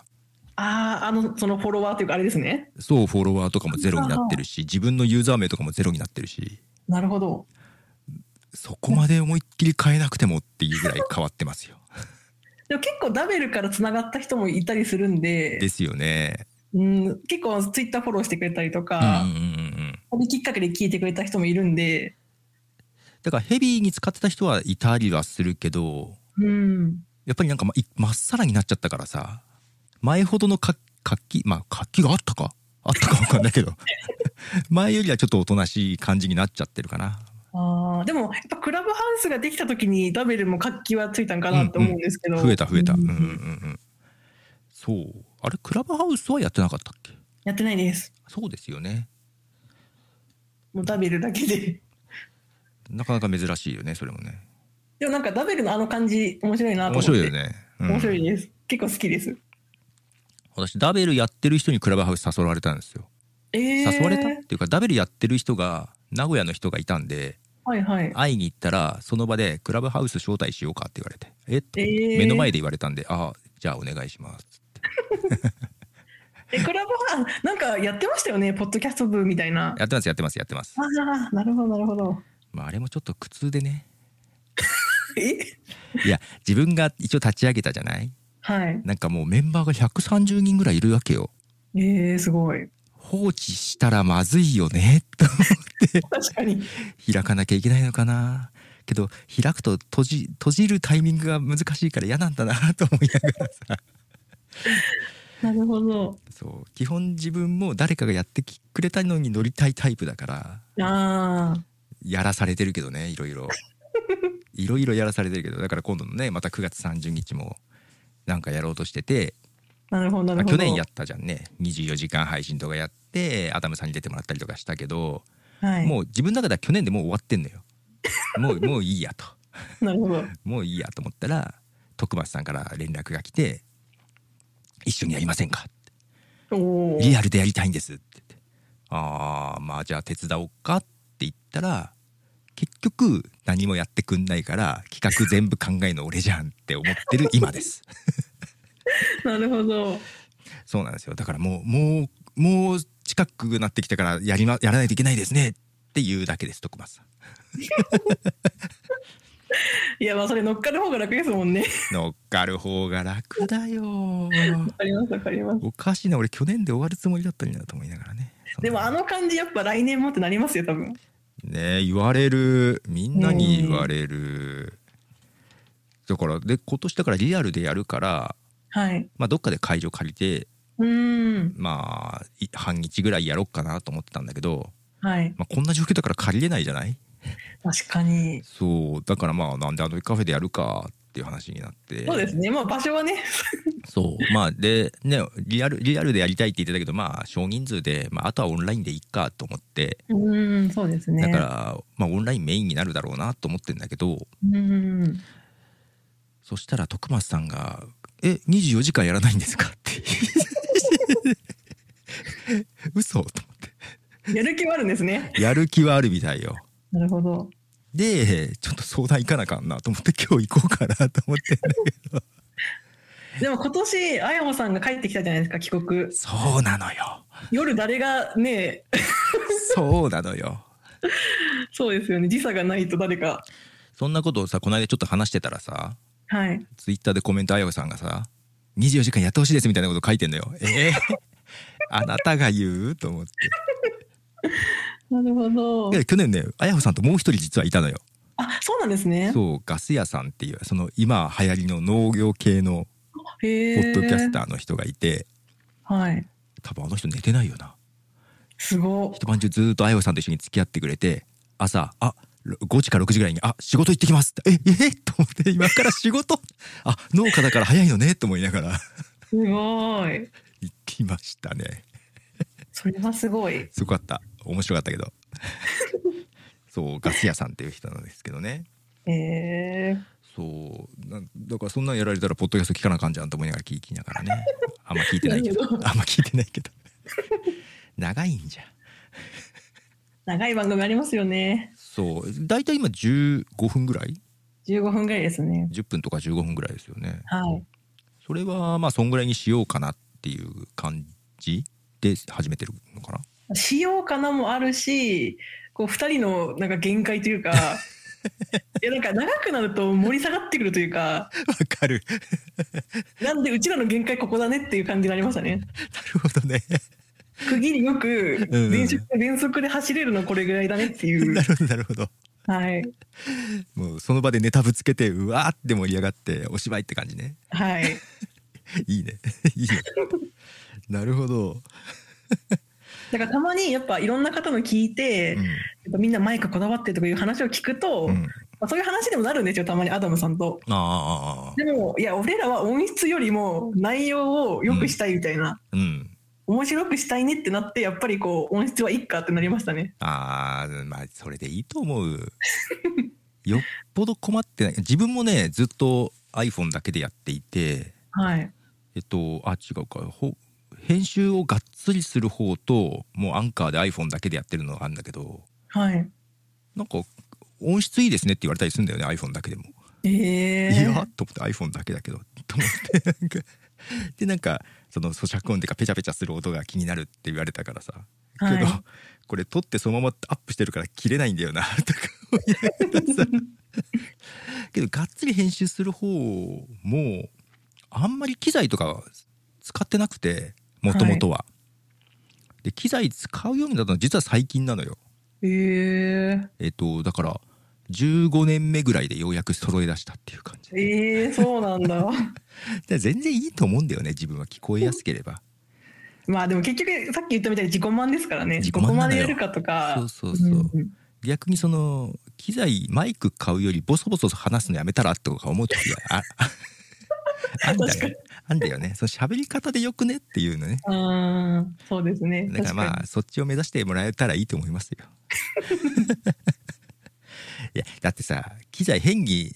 B: あああのそのフォロワーというかあれですね
A: そうフォロワーとかもゼロになってるし自分のユーザー名とかもゼロになってるし
B: なるほど
A: そこまで思いっきり変えなくてもっていうぐらい変わってますよ
B: でも結構ダベルからつながった人も いたりするんで
A: ですよね
B: うん、結構ツイッターフォローしてくれたりとか、
A: うんうんうんうん
B: これきっかけで聞いてくれた人もいるんで
A: だからヘビーに使ってた人はいたりはするけど
B: うん
A: やっぱりなんかまいまっさらになっちゃったからさ前ほどの活活気まあ活気があったかあったか分かんないけど 前よりはちょっとおとなしい感じになっちゃってるかな
B: あーでもやっぱクラブハウスができた時にダベルも活気はついたんかなと思うんですけど、
A: 増えた増えたう
B: うんん
A: うんうんそうあれクラブハウスはやってなかったっけ
B: やってないです
A: そうですよね
B: もうダベルだけで
A: なかなか珍しいよねそれもね
B: でもなんかダベルのあの感じ面白いなと思
A: 面白
B: って
A: いよね、うん
B: 面白いです結構好きです
A: 私ダベルやってる人にクラブハウス誘われたんですよ
B: えー、
A: 誘われたっていうかダベルやってる人が名古屋の人がいたんで
B: はいはい
A: 会いに行ったらその場で「クラブハウス招待しようか」って言われて「えっ?」と
B: えー
A: 目の前で言われたんで「ああじゃあお願いします
B: えクラブハウスなんかやってましたよねポッドキャスト部みたい」な
A: やってますやってますやってます
B: ああなるほどなるほど
A: まああれもちょっと苦痛でね
B: え
A: いや自分が一応立ち上げたじゃない
B: はい。
A: なんかもうメンバーが130人ぐらいいるわけよ
B: えー、すごい。
A: 放置したらまずいよねと
B: 確かに。
A: 開かなきゃいけないのかなけど開くと閉じ閉じるタイミングが難しいから嫌なんだなと思いながらさ
B: なるほど。
A: そう基本自分も誰かがやってきくれたのに乗りたいタイプだから
B: ああ。
A: やらされてるけどねいろい ろいろいろやらされてるけどだから今度のねまた9月30日もなんかやろうとしてて
B: なるほど、な
A: まあ
B: るほ
A: 去
B: ど。
A: 年やったじゃんね24時間配信とかやってアダムさんに出てもらったりとかしたけど、
B: はい。
A: もう自分の中では去年でもう終わってんのよもう もういいやと
B: なるほど。
A: もういいやと思ったら徳松さんから連絡が来て「一緒にやりませんか?」
B: おお。
A: リアルでやりたいんです」って言って「ああまあじゃあ手伝おうか」って言ったら結局何もやってくんないから企画全部考えるの俺じゃんって思って る今です。
B: なるほど。
A: そうなんですよだからもうもうもう近くなってきたからやり、ま、やらないといけないですねっていうだけです徳松さん。
B: いや、まあ、それ乗っかる方が楽ですも んね。
A: 乗っかる方が楽だよ。
B: わかります、わかります。
A: おかしいな俺去年で終わるつもりだったんだと思いながらね。
B: でも、あの感じ、やっぱ来年もってなりますよ、多分。
A: ね言われるみんなに言われる、だからで今年だからリアルでやるから、
B: はい。
A: まあ、どっかで会場借りて
B: うーん。
A: まあい半日ぐらいやろっかなと思ってたんだけど、
B: はい。
A: まあ、こんな状況だから借りれないじゃない
B: 確かに。
A: そうだからまあなんであのカフェでやるかっていう話になって
B: そうですね。まあ、場所はね。
A: そうまあでねリアルリアルでやりたいって言ってたけどまあ少人数で、まあ、あとはオンラインでいいかと思って、
B: うーん、そうですね。
A: だから、まあ、オンラインメインになるだろうなと思ってんだけど、
B: うーん。
A: そしたら徳松さんが「え24時間やらないんですか?」って 「嘘と思っ
B: やる気はあるんですね。
A: てやる気はあるみたいよ
B: なるほど。
A: でちょっと相談行かなあかんなと思って今日行こうかなと思ってんだけど
B: でも今年、あやほさんが帰ってきたじゃないですか、帰国。
A: そうなのよ
B: 夜誰がね、
A: そうなのよ
B: そうですよね、時差がないと誰か。
A: そんなことをさこの間ちょっと話してたらさ
B: はい。
A: ツイッターでコメントあやこさんがさ「24時間やってほしいです」みたいなこと書いてんのよ えーあなたが言うと思って
B: なるほど
A: い。や去年ねあやほさんともう一人実はいたのよ
B: あ、そうなんですね。
A: そうガス屋さんっていうその今流行りの農業系のポ
B: へえ。
A: ッドキャスターの人がいて、
B: はい。
A: 多分あの人寝てないよな
B: すご
A: 一晩中ずーっとあやほさんと一緒に付き合ってくれて朝あ5時か6時ぐらいに「あ仕事行ってきます」って「えええと思って「今から仕事あ農家だから早いのね」と思いながら
B: すごい。
A: 行きましたね
B: それはすごい。
A: すごかった面白かったけどそうガス屋さんっていう人なんですけどね
B: へえ。
A: そうなんだからそんなんやられたらポッドキャスト聞かなあかんじゃんと思いながら聞きながら ねあんま聞いてないけど
B: なるほど
A: あんま聞いてないけど長いんじゃん
B: 長い番組ありますよね。
A: そう大体今15分ぐらい
B: 15分ぐらいですね。
A: 10分とか15分ぐらいですよね
B: はい。
A: それはまあそんぐらいにしようかなっていう感じで始めてるのかな
B: しようかなもあるし、こう二人のなんか限界 というか、いやなんか長くなると盛り下がってくるというか、
A: わかるな
B: なんでうちらの限界ここだねっていう感じになりましたね。
A: るほどね
B: 区切りよく
A: うん
B: 全速全速で走れるのこれぐらいだねっていう
A: な。るほどなるほど
B: はい。
A: もうその場でネタぶつけてうわーって盛り上がってお芝居って感じね
B: はい。
A: いいねい いねなるほど、
B: だからたまにやっぱいろんな方の聞いて、
A: うん
B: やっぱみんなマイクこだわってとかいう話を聞くと、
A: うん、
B: まあ、そういう話でもなるんですよたまにアダムさんと。
A: ああああ
B: でもいや俺らは音質よりも内容を良くしたいみたいな、
A: うん。
B: 面白くしたいねってなってやっぱりこう音質はいっかってなりましたね。
A: ああ、まあ、それでいいと思う。よっぽど困ってない。自分もね、ずっと iPhone だけでやっていて、
B: はい。
A: えっと、あ、違うか。ほ編集をがっつりする方と、もうアンカーで iPhone だけでやってるのがあるんだけど、
B: はい。
A: なんか、音質いいですねって言われたりするんだよね、iPhone だけでも。
B: ええ
A: いやと思って iPhone だけだけど、と思って、なんか、で、なんか、その咀嚼音っていうか、ペチャペチャする音が気になるって言われたからさ、けど、
B: はい
A: これ撮ってそのままアップしてるから切れないんだよなとか思いながらさけどがっつり編集する方もあんまり機材とかは使ってなくてもともとは。で機材使うようになったのは実は最近なのよ。
B: えー、
A: えっとだから15年目ぐらいでようやく揃え出したっていう感じ。
B: えー、そうなんだ。
A: で全然いいと思うんだよね自分は聞こえやすければ。
B: まあでも結局さっき言ったみたいに自己満ですからね。
A: 自己
B: ここ
A: 満な
B: ま
A: の
B: で
A: よ
B: やるかとか。
A: そうそうそうん逆にその機材マイク買うよりボソボソ話すのやめたらとか思う時がああんだ
B: 確か
A: よ
B: に
A: あんだよねその喋り方でよくねっていうのね
B: あーそうですね。
A: だから
B: 確
A: ま
B: に
A: あそっちを目指してもらえたらいいと思います よいやだってさ機材変に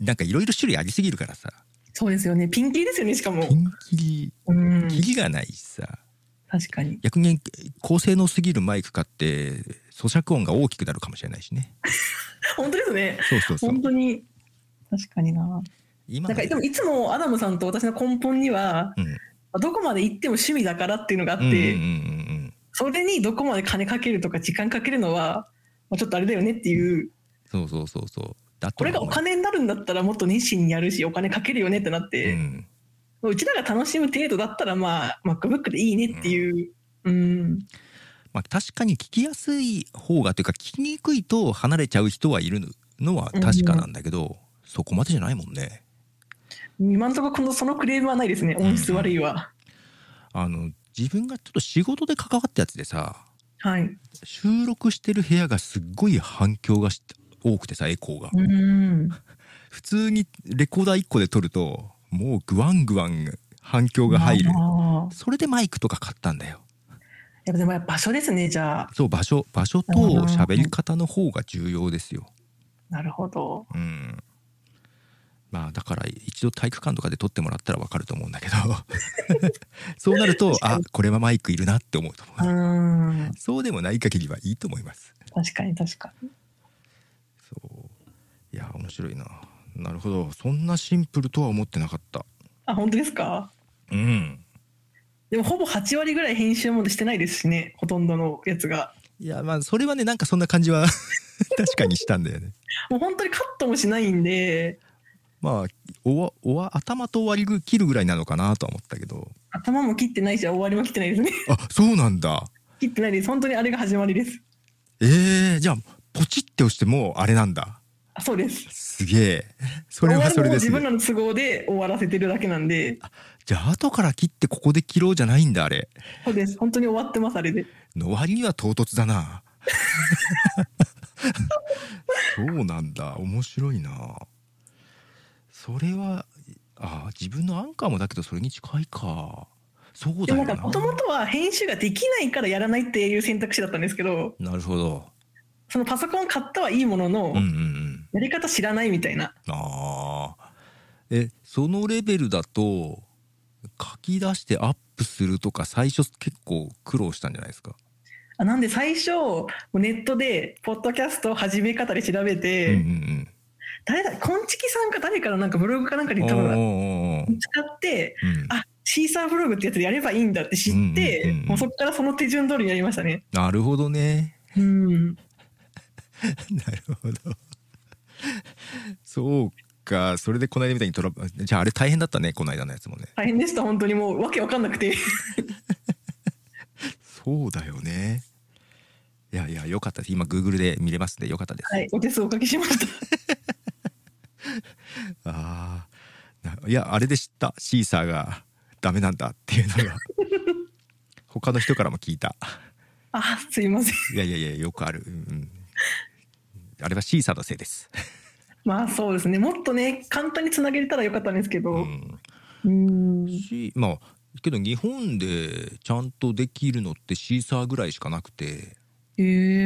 A: なんかいろいろ種類ありすぎるからさ
B: そうですよね。ピンキリですよね、しかも
A: ピ。ンキ
B: うん
A: リ、キリがないしさ、
B: 確かに。
A: 逆に高性能すぎるマイク買って咀嚼音が大きくなるかもしれないしね
B: 本当ですね。
A: そうそうそう
B: 本当に。確かにな。
A: 今
B: な
A: の
B: んかでもいつもアダムさんと私の根本には、
A: うん
B: どこまで行っても趣味だからっていうのがあって、
A: うんうんうんうんうん、
B: それにどこまで金かけるとか時間かけるのは、まあ、ちょっとあれだよねっていう
A: そうそうそうそうだと
B: これがお金になるんだったらもっと熱心にやるしお金かけるよねってなっ
A: う
B: て、
A: ん、
B: うちらが楽しむ程度だったらまあ MacBook でいいねっていう、うん、
A: まあ、確かに聞きやすい方がというか聞きにくいと離れちゃう人はいるのは確かなんだけど、そこまでじゃないもんね
B: 今のところこのそのクレームはないですね音質悪いは、
A: あの自分がちょっと仕事で関わったやつでさ
B: はい
A: 収録してる部屋がすっごい反響がし多くてさエコーが、
B: うん
A: 普通にレコーダー1個で撮るともうグワングワン反響が入る
B: あー
A: それでマイクとか買ったんだよ
B: やっぱでもやっぱ場所ですねじゃあ
A: そう場所場所と喋り方の方が重要ですよ
B: なるほど
A: うん、まあだから一度体育館とかで撮ってもらったらわかると思うんだけど そうなると
B: 確か
A: あ
B: に
A: これはマイクいるなって思うと
B: う
A: 思う、
B: ん
A: そうでもない限りはいいと思います
B: 確かに確かに
A: そういや面白いななるほどそんなシンプルとは思ってなかった
B: あ本当ですか
A: うん
B: でもほぼ8割ぐらい編集もしてないですしねほとんどのやつが
A: いやまあそれはねなんかそんな感じは 確かにしたんだよね
B: もう本当にカットもしないんで
A: まあおわおわ頭と終わり切るぐらいなのかなとは思ったけど
B: 頭も切ってないし終わりも切ってないですね
A: あそうなんだ
B: 切ってないです本当にあれが始まりです
A: えー、じゃあポチって押してもうあれなんだ
B: あそうです
A: すげえ。それはそれです
B: 終わり
A: ね。
B: も自分らの都合で終わらせてるだけなんで
A: じゃあ後から切ってここで切ろうじゃないんだあれ。
B: そうです本当に終わってますあれで
A: の割には唐突だな。 そうなんだ。面白いな。それはあ自分のアンカーもだけどそれに近いか。そう
B: で
A: だ
B: も
A: よな
B: な
A: ん
B: か。もともとは編集ができないからやらないっていう選択肢だったんですけど
A: なるほど。
B: そのパソコン買ったはいいものの、
A: うんうんうん。
B: やり方知らないみたいな
A: ああ。えそのレベルだと書き出してアップするとか最初結構苦労したんじゃないですか。
B: あなんで最初もうネットでポッドキャスト始め方で調べて、
A: うんうんうん。
B: 誰だこんちきさんか誰かのなんかブログかなんか
A: おーおーおー
B: に多分見つかって
A: うん
B: あシーサーブログってやつでやればいいんだって知って、
A: うんうんうんうん
B: もうそこからその手順通りにやりましたね。
A: なるほどね
B: う
A: な
B: ん、
A: るほどそうかそれでこの間みたいにトラブじゃああれ大変だったねこの間のやつもね
B: 大変でした本当にもうわけわかんなくて
A: そうだよねいやいやよかったです今 Google で見れますんでよかったです、
B: はいお手数おかけしました
A: ああいやあれで知ったシーサーがダメなんだっていうのが 他の人からも聞いた
B: あすいません
A: いやいやいやよくある、うん、あれはシーサーのせいです、
B: まあそうですねもっとね簡単につなげれたらよかったんですけ
A: う
B: ど
A: ん
B: うん
A: しまあけど日本でちゃんとできるのってシーサーぐらいしかなくて
B: へ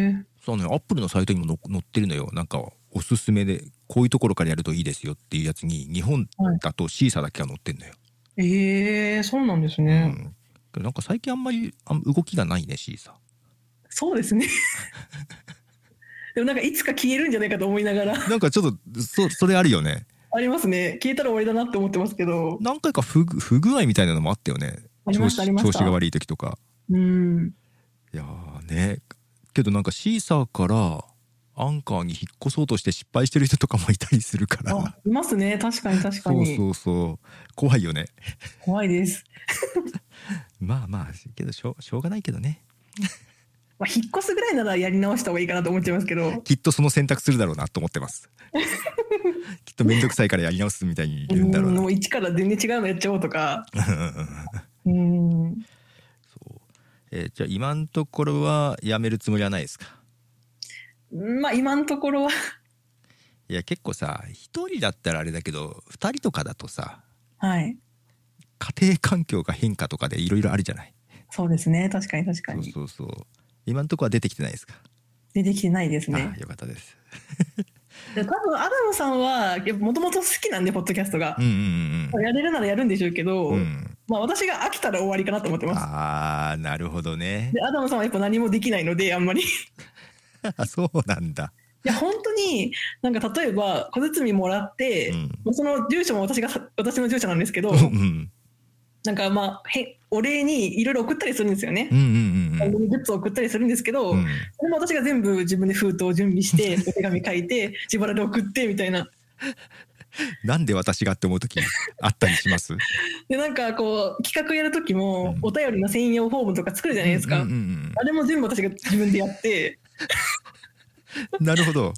B: え
A: そうねアップルのサイトにもの載ってるのよなんかおすすめでこういうところからやるといいですよっていうやつに日本だとシーサーだけが載ってんのよ、
B: ええそうなんです
A: う
B: ね、
A: んけどなんか最近あんまりあん動きがないねシーサ
B: そうです ねでもなんかいつか消えるんじゃないかと思いながら
A: ーなんかちょっとそそれあるよね
B: ありますね消えたら終わりだなって思ってますけど
A: 何回か不具不具合みたいなのもあったよね
B: あり
A: 調
B: ま
A: 子
B: したありまし
A: 調
B: た
A: 子が悪い時とか
B: うん
A: いやーねけどなんかシーサーからアンカーに引っ越そうとして失敗してる人とかもいたりするから
B: あいますね確かに確か
A: そう
B: に
A: そうそう怖いよね
B: 怖いです、
A: まあまあけどしょうしょうがないけどね
B: まあ、引っ越すぐらいならやり直した方がいいかなと思っちゃいますけど
A: きっとその選択するだろうなと思ってます きっと面倒くさいからやり直すみたいに
B: う
A: 言うんだろうんな
B: もう一から全然違うのやっちゃおうとか
A: うんうんうん
B: うん
A: そうえーじゃあ今のところはやめるつもりはないですか
B: まあ今のところはい
A: や結構さ一人だったらあれだけど二人とかだとさ
B: はい
A: 家庭環境が変化とかでいろいろあるじゃない
B: そうですね確かに確か
A: そう
B: に
A: そうそう今のところは出てきてないですか、
B: 出てきてないです
A: あ
B: ね
A: あよかったです
B: で多分アダムさんはもともと好きなんでポッドキャストが
A: うん、うんうん
B: やれるならやるんでしょうけど、
A: うんうん
B: まあ私が飽きたら終わりかなと思ってます
A: ああなるほどね
B: でアダムさんはやっぱ何もできないのであんまりい
A: そうなんだ
B: や本当になんか例えば小包もらって、
A: うん
B: もうその住所も私が私の住所なんですけど、
A: うんうん
B: なんかまあへお礼にいろいろ送ったりするんですよね
A: う、んうんうん
B: 番組グッズを送ったりするんですけど、
A: うん
B: それも私が全部自分で封筒を準備してお手紙書いて自腹で送ってみたいな
A: なんで私がって思う時あったりします
B: でなんかこう企画やる時も
A: うん
B: お便りの専用フォームとか作るじゃないですか、
A: うんうんうん
B: あれも全部私が自分でやって
A: うんなるほど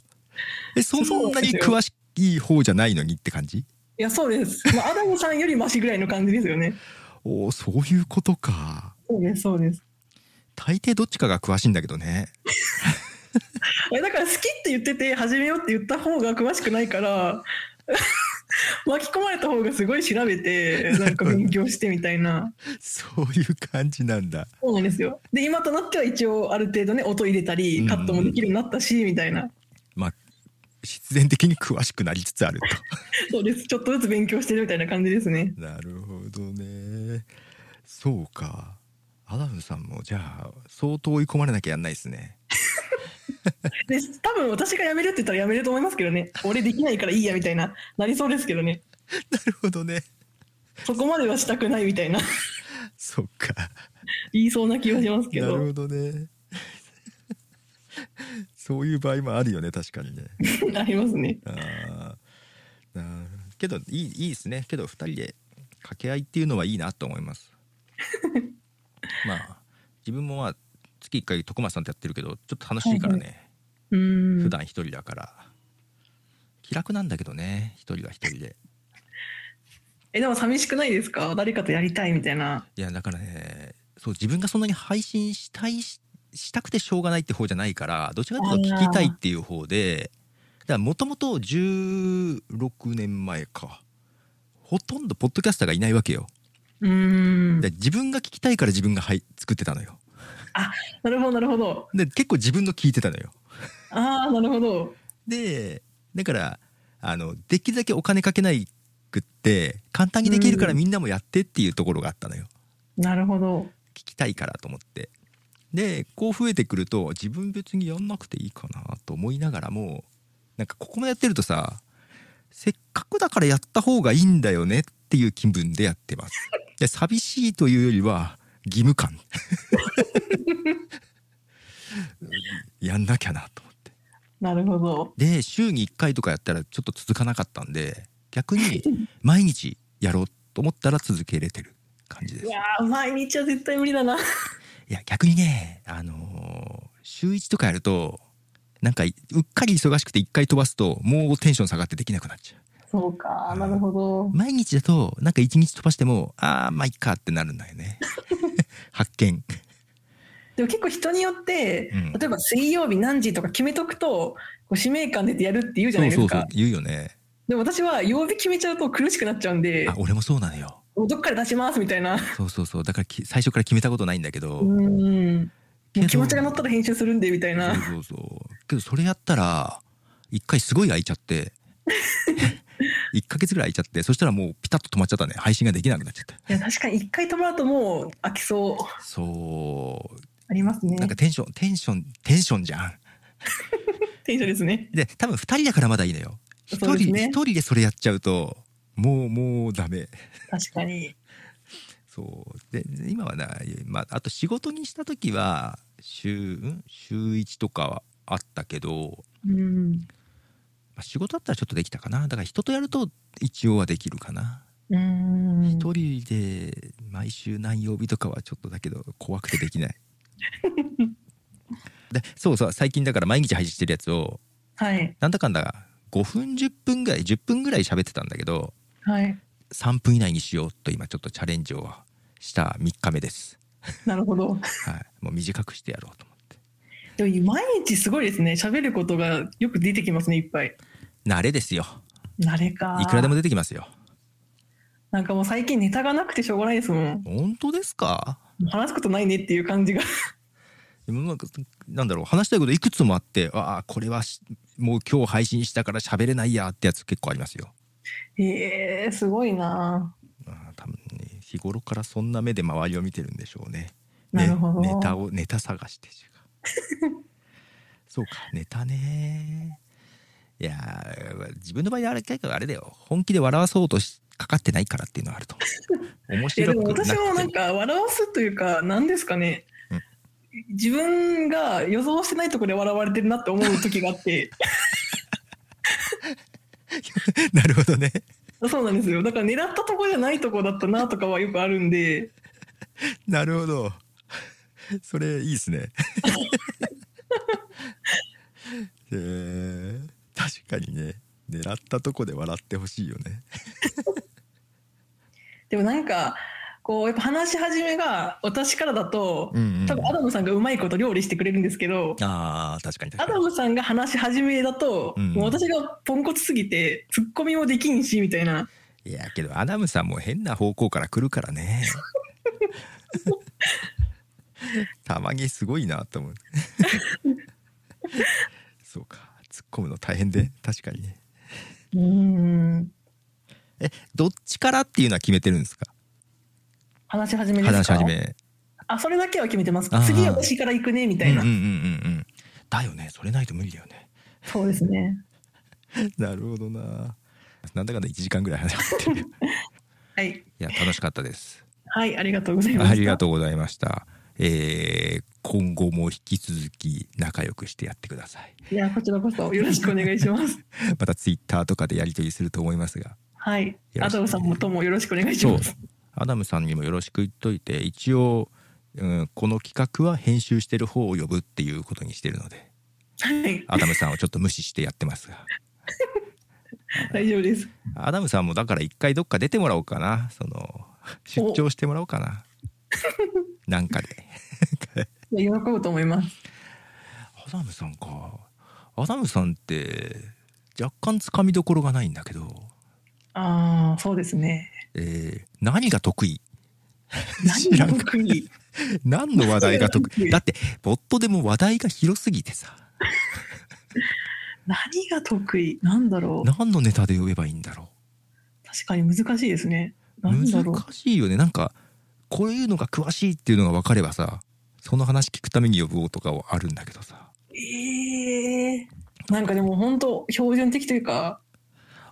A: えそそんなに詳しい方じゃないのにって感じ
B: いやそうです、まあ、アダムさんよりマシぐらいの感じですよね
A: おおそういうことか
B: そうですそうです
A: 大抵どっちかが詳しいんだけどね
B: あれだから好きって言ってて始めようって言った方が詳しくないから 巻き込まれた方がすごい調べてなんか勉強してみたいな
A: そういう感じなんだ
B: そうなんですよで今となっては一応ある程度ね音入れた
A: う
B: り
A: ん
B: カットもできるようになったしみたいな
A: まあ必然的に詳しくなりつつあると
B: そうですちょっとずつ勉強してるみたいな感じですね
A: なるほどねそうかアダムさんもじゃあ相当追い込まれなきゃやんないですね
B: で多分私が辞めるって言ったら辞めると思いますけどね俺できないからいいやみたいななりそうですけどね
A: なるほどね
B: そこまではしたくないみたいな
A: そっか
B: 言いそうな気がしますけ
A: なる
B: ど
A: ほどねそういう場合もあるよね確かにね
B: ありますね
A: あーなるけどいいいいですねけど2人で掛け合いっていうのはいいなと思いますまあ自分もまあ月1回徳間さんとやってるけどちょっと楽しいからね、
B: うーん
A: 普段一人だから気楽なんだけどね一人は一人で
B: えでも寂しくないですか誰かとやりたいみたいない
A: やだからねそう自分がそんなに配信したいししたくてしょうがないって方じゃないからどちらかというと聞きたいっていう方でだからもともと16年前かほとんどポッドキャスターがいないわけよ
B: うーん
A: で自分が聞きたいから自分が、はい、作ってたのよ
B: なるほどなるほど
A: で結構自分の聞いてたのよ
B: ああなるほど
A: でだからあのできるだけお金かけないくって簡単にできるからみんなもやってっていうところがあったのよ
B: なるほど
A: 聞きたいからと思ってでこう増えてくると自分別にやんなくていいかなと思いながらもなんかここもやってるとさせっかくだからやった方がいいんだよねっていう気分でやってますで寂しいというよりは義務感 やんなきゃなと思って
B: なるほど
A: で週に1回とかやったらちょっと続かなかったんで逆に毎日やろうと思ったら続けれてる感じです
B: いやー毎日は絶対無理だない
A: や逆にね、あのー週1とかやるとなんかうっかり忙しくて1回飛ばすともうテンション下がってできなくなっちゃ
B: そうかなるほど
A: う毎日だとなんか1日飛ばしてもああまあいっかってなるんだよね 発見
B: でも結構人によって、
A: うん
B: 例えば水曜日何時とか決めとくとこう使命感出てやるって言うじゃないですか
A: 言うよね
B: でも私は曜日決めちゃうと苦しくなっちゃうんで
A: あ俺もそうなのよ
B: もうどっから出しますみたいな
A: そうそうそうだからき最初から決めたことないんだけど、
B: うん
A: けど
B: もう気持ちが乗ったら編集するんでみたいな
A: そうそうそうけどそれやったら1回すごい空いちゃって 1ヶ月ぐらい空いちゃってそしたらもうピタッと止まっちゃったね配信ができなくなっちゃった
B: いや確かに一回止まるともう飽きそう
A: そう
B: ありますね
A: なんかテンションテンションテンションじゃん。
B: テンションですね
A: で多分2人だからまだいいのよ。1
B: そうです
A: 人,、
B: ね
A: 一人でそれやっちゃうともうもうダメ。
B: 確かに
A: そうでで今はな、まあ、あと仕事にした時は週ん週1とかはあったけど
B: うん
A: まあ、仕事だったらちょっとできたかなだから人とやると一応はできるかな
B: うん
A: 一人で毎週何曜日とかはちょっとだけど怖くてできないでそうそう最近だから毎日配信してるやつを
B: はい
A: なんだかんだ5分10分ぐらい10分ぐらい喋ってたんだけど
B: はい
A: 3分以内にしようと今ちょっとチャレンジをした3日目です、
B: なるほど
A: はい、もう短くしてやろうと思って
B: でも毎日すごいですね喋ることがよく出てきますねいっぱい
A: 慣れですよ
B: 慣れか
A: いくらでも出てきますよ
B: なんかもう最近ネタがなくてしょうがないですもんも
A: 本当ですか
B: う話すことないねっていう感じが
A: なんかなんだろう話したいこといくつもあってああこれはしもう今日配信したから喋れないやってやつ結構ありますよ
B: えー、すごいな
A: ああ多分ね日頃からそんな目で周りを見てるんでしょうね
B: なるほど
A: ねネタをネタ探して そうかネタねいやー自分の場合はあれ結構あれだよ本気で笑わそうとしかかってないからっていうのはあると 思う面
B: いやで
A: 白
B: も
A: くなく
B: 私
A: て
B: もなんか笑わすというか何ですかね、
A: うん
B: 自分が予想してないところで笑われてるなって思う時があって
A: なるほどね
B: そうなんですよだから狙ったとこじゃないとこだったなとかはよくあるんで
A: なるほど。 それいいです ね。えー確かにね、狙ったとこで笑ってほしいよね。
B: でもなんかこうやっぱ話し始めが私からだと、
A: うんうん
B: 多分アダムさんがうまいこと料理してくれるんですけど、
A: ああ、確かに確
B: ア
A: か
B: ダ
A: に。
B: ムさんが話し始めだと、
A: うん
B: もう私がポンコツすぎてツッコミもできんしみたいない
A: や、けどアダムさんも変な方向から来るから ね。たまにすごいなと 思う。そうか、突っ込むの大変で、確かにね。
B: うん
A: え、どっちからっていうのは決めてるんですか
B: 話し始めですか
A: 話し始め。
B: あそれだけは決めてます
A: あー
B: 次は私から行くねみたいな、
A: うんうんうんうんうんだよねそれないと無理だよ ね
B: そうですね
A: なるほどななんだかんだ1時間ぐらい話して るい
B: はい
A: や楽しかったです
B: はいありがとうございました
A: ありがとうございましたえー今後も引き続き仲良くしてやってください
B: いやこちらこそよろしくお願いし ます
A: またツイッターとかでやり取りすると思いますが
B: はい
A: よろ
B: ア
A: しく
B: ダムさんもともよろしくお願いします
A: アダムさんにもよろしく言っといて一応、うん、この企画は編集してる方を呼ぶっていうことにしてるので
B: はい
A: アダムさんをちょっと無視してやってます が
B: 大丈夫です
A: アダムさんもだから一回どっか出てもらおうかなその出張してもらおうか ななんかで
B: いや喜ぶと思います
A: アダムさんかアダムさんって若干つかみどころがないんだけど、
B: ああそうですね
A: えー何が得意知ら
B: 何
A: ん
B: も得意
A: 何の話題が得
B: 何が得
A: 意
B: 意
A: だってボットでも話題が広すぎてさ
B: 何が得意なんだろう
A: 何のネタで呼べばいいんだろ
B: 確かに難しいですね
A: う
B: なんだろう
A: 難しいよねなんかこういうのが詳しいっていうのが分かればさその話聞くために呼ぼうとかはあるんだけどさ
B: ええなんかでも本当標準的というか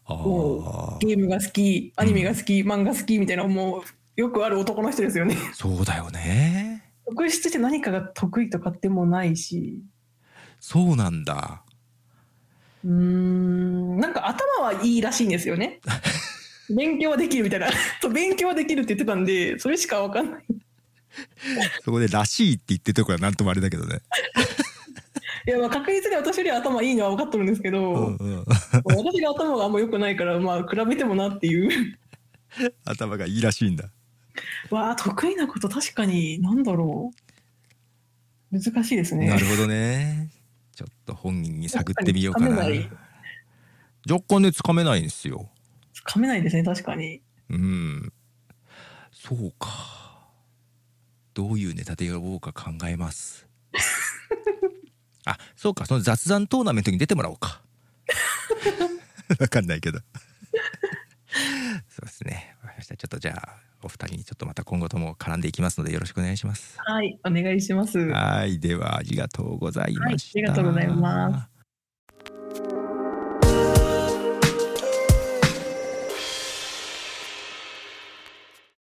A: あ
B: お
A: あ
B: ゲームが好きアニメが好き、漫画好きみたいなもうよくある男の人です よね
A: そうだよね
B: 特質して何かが得意とかってもないし
A: そうなんだ。
B: うーんなんか頭はいいらしいんです よね勉強はできるみたいな そう勉強はできるって言ってたんでそれしか分かんない
A: そこで「らしい」って言ってるとこはなんともあれだけどね。
B: いやまあ確実に私より頭いいのは分かってるんですけど、
A: うんうん、
B: 私が頭があんま良くないからまあ比べてもなっていう
A: 頭がいいらしいんだ。
B: わあ得意なこと確かに何だろう難しいですね
A: なるほどね。ちょっと本人に探ってみようか
B: やっ
A: な
B: ぱり掴めない。
A: 若干ねつかめないんですよ。
B: 噛めないですね確かに
A: うん。そうか。どういうネタで呼ぼうか考え ます。あそうかその雑談トーナメントに出てもらおう か。わかんないけど。そうですね。わかりました。ちょっとじゃあお二人にちょっとまた今後とも絡んでいきますのでよろしくお願いします。
B: はいお願いします
A: はい、ではありがとうございました。
B: はいありがとうございます。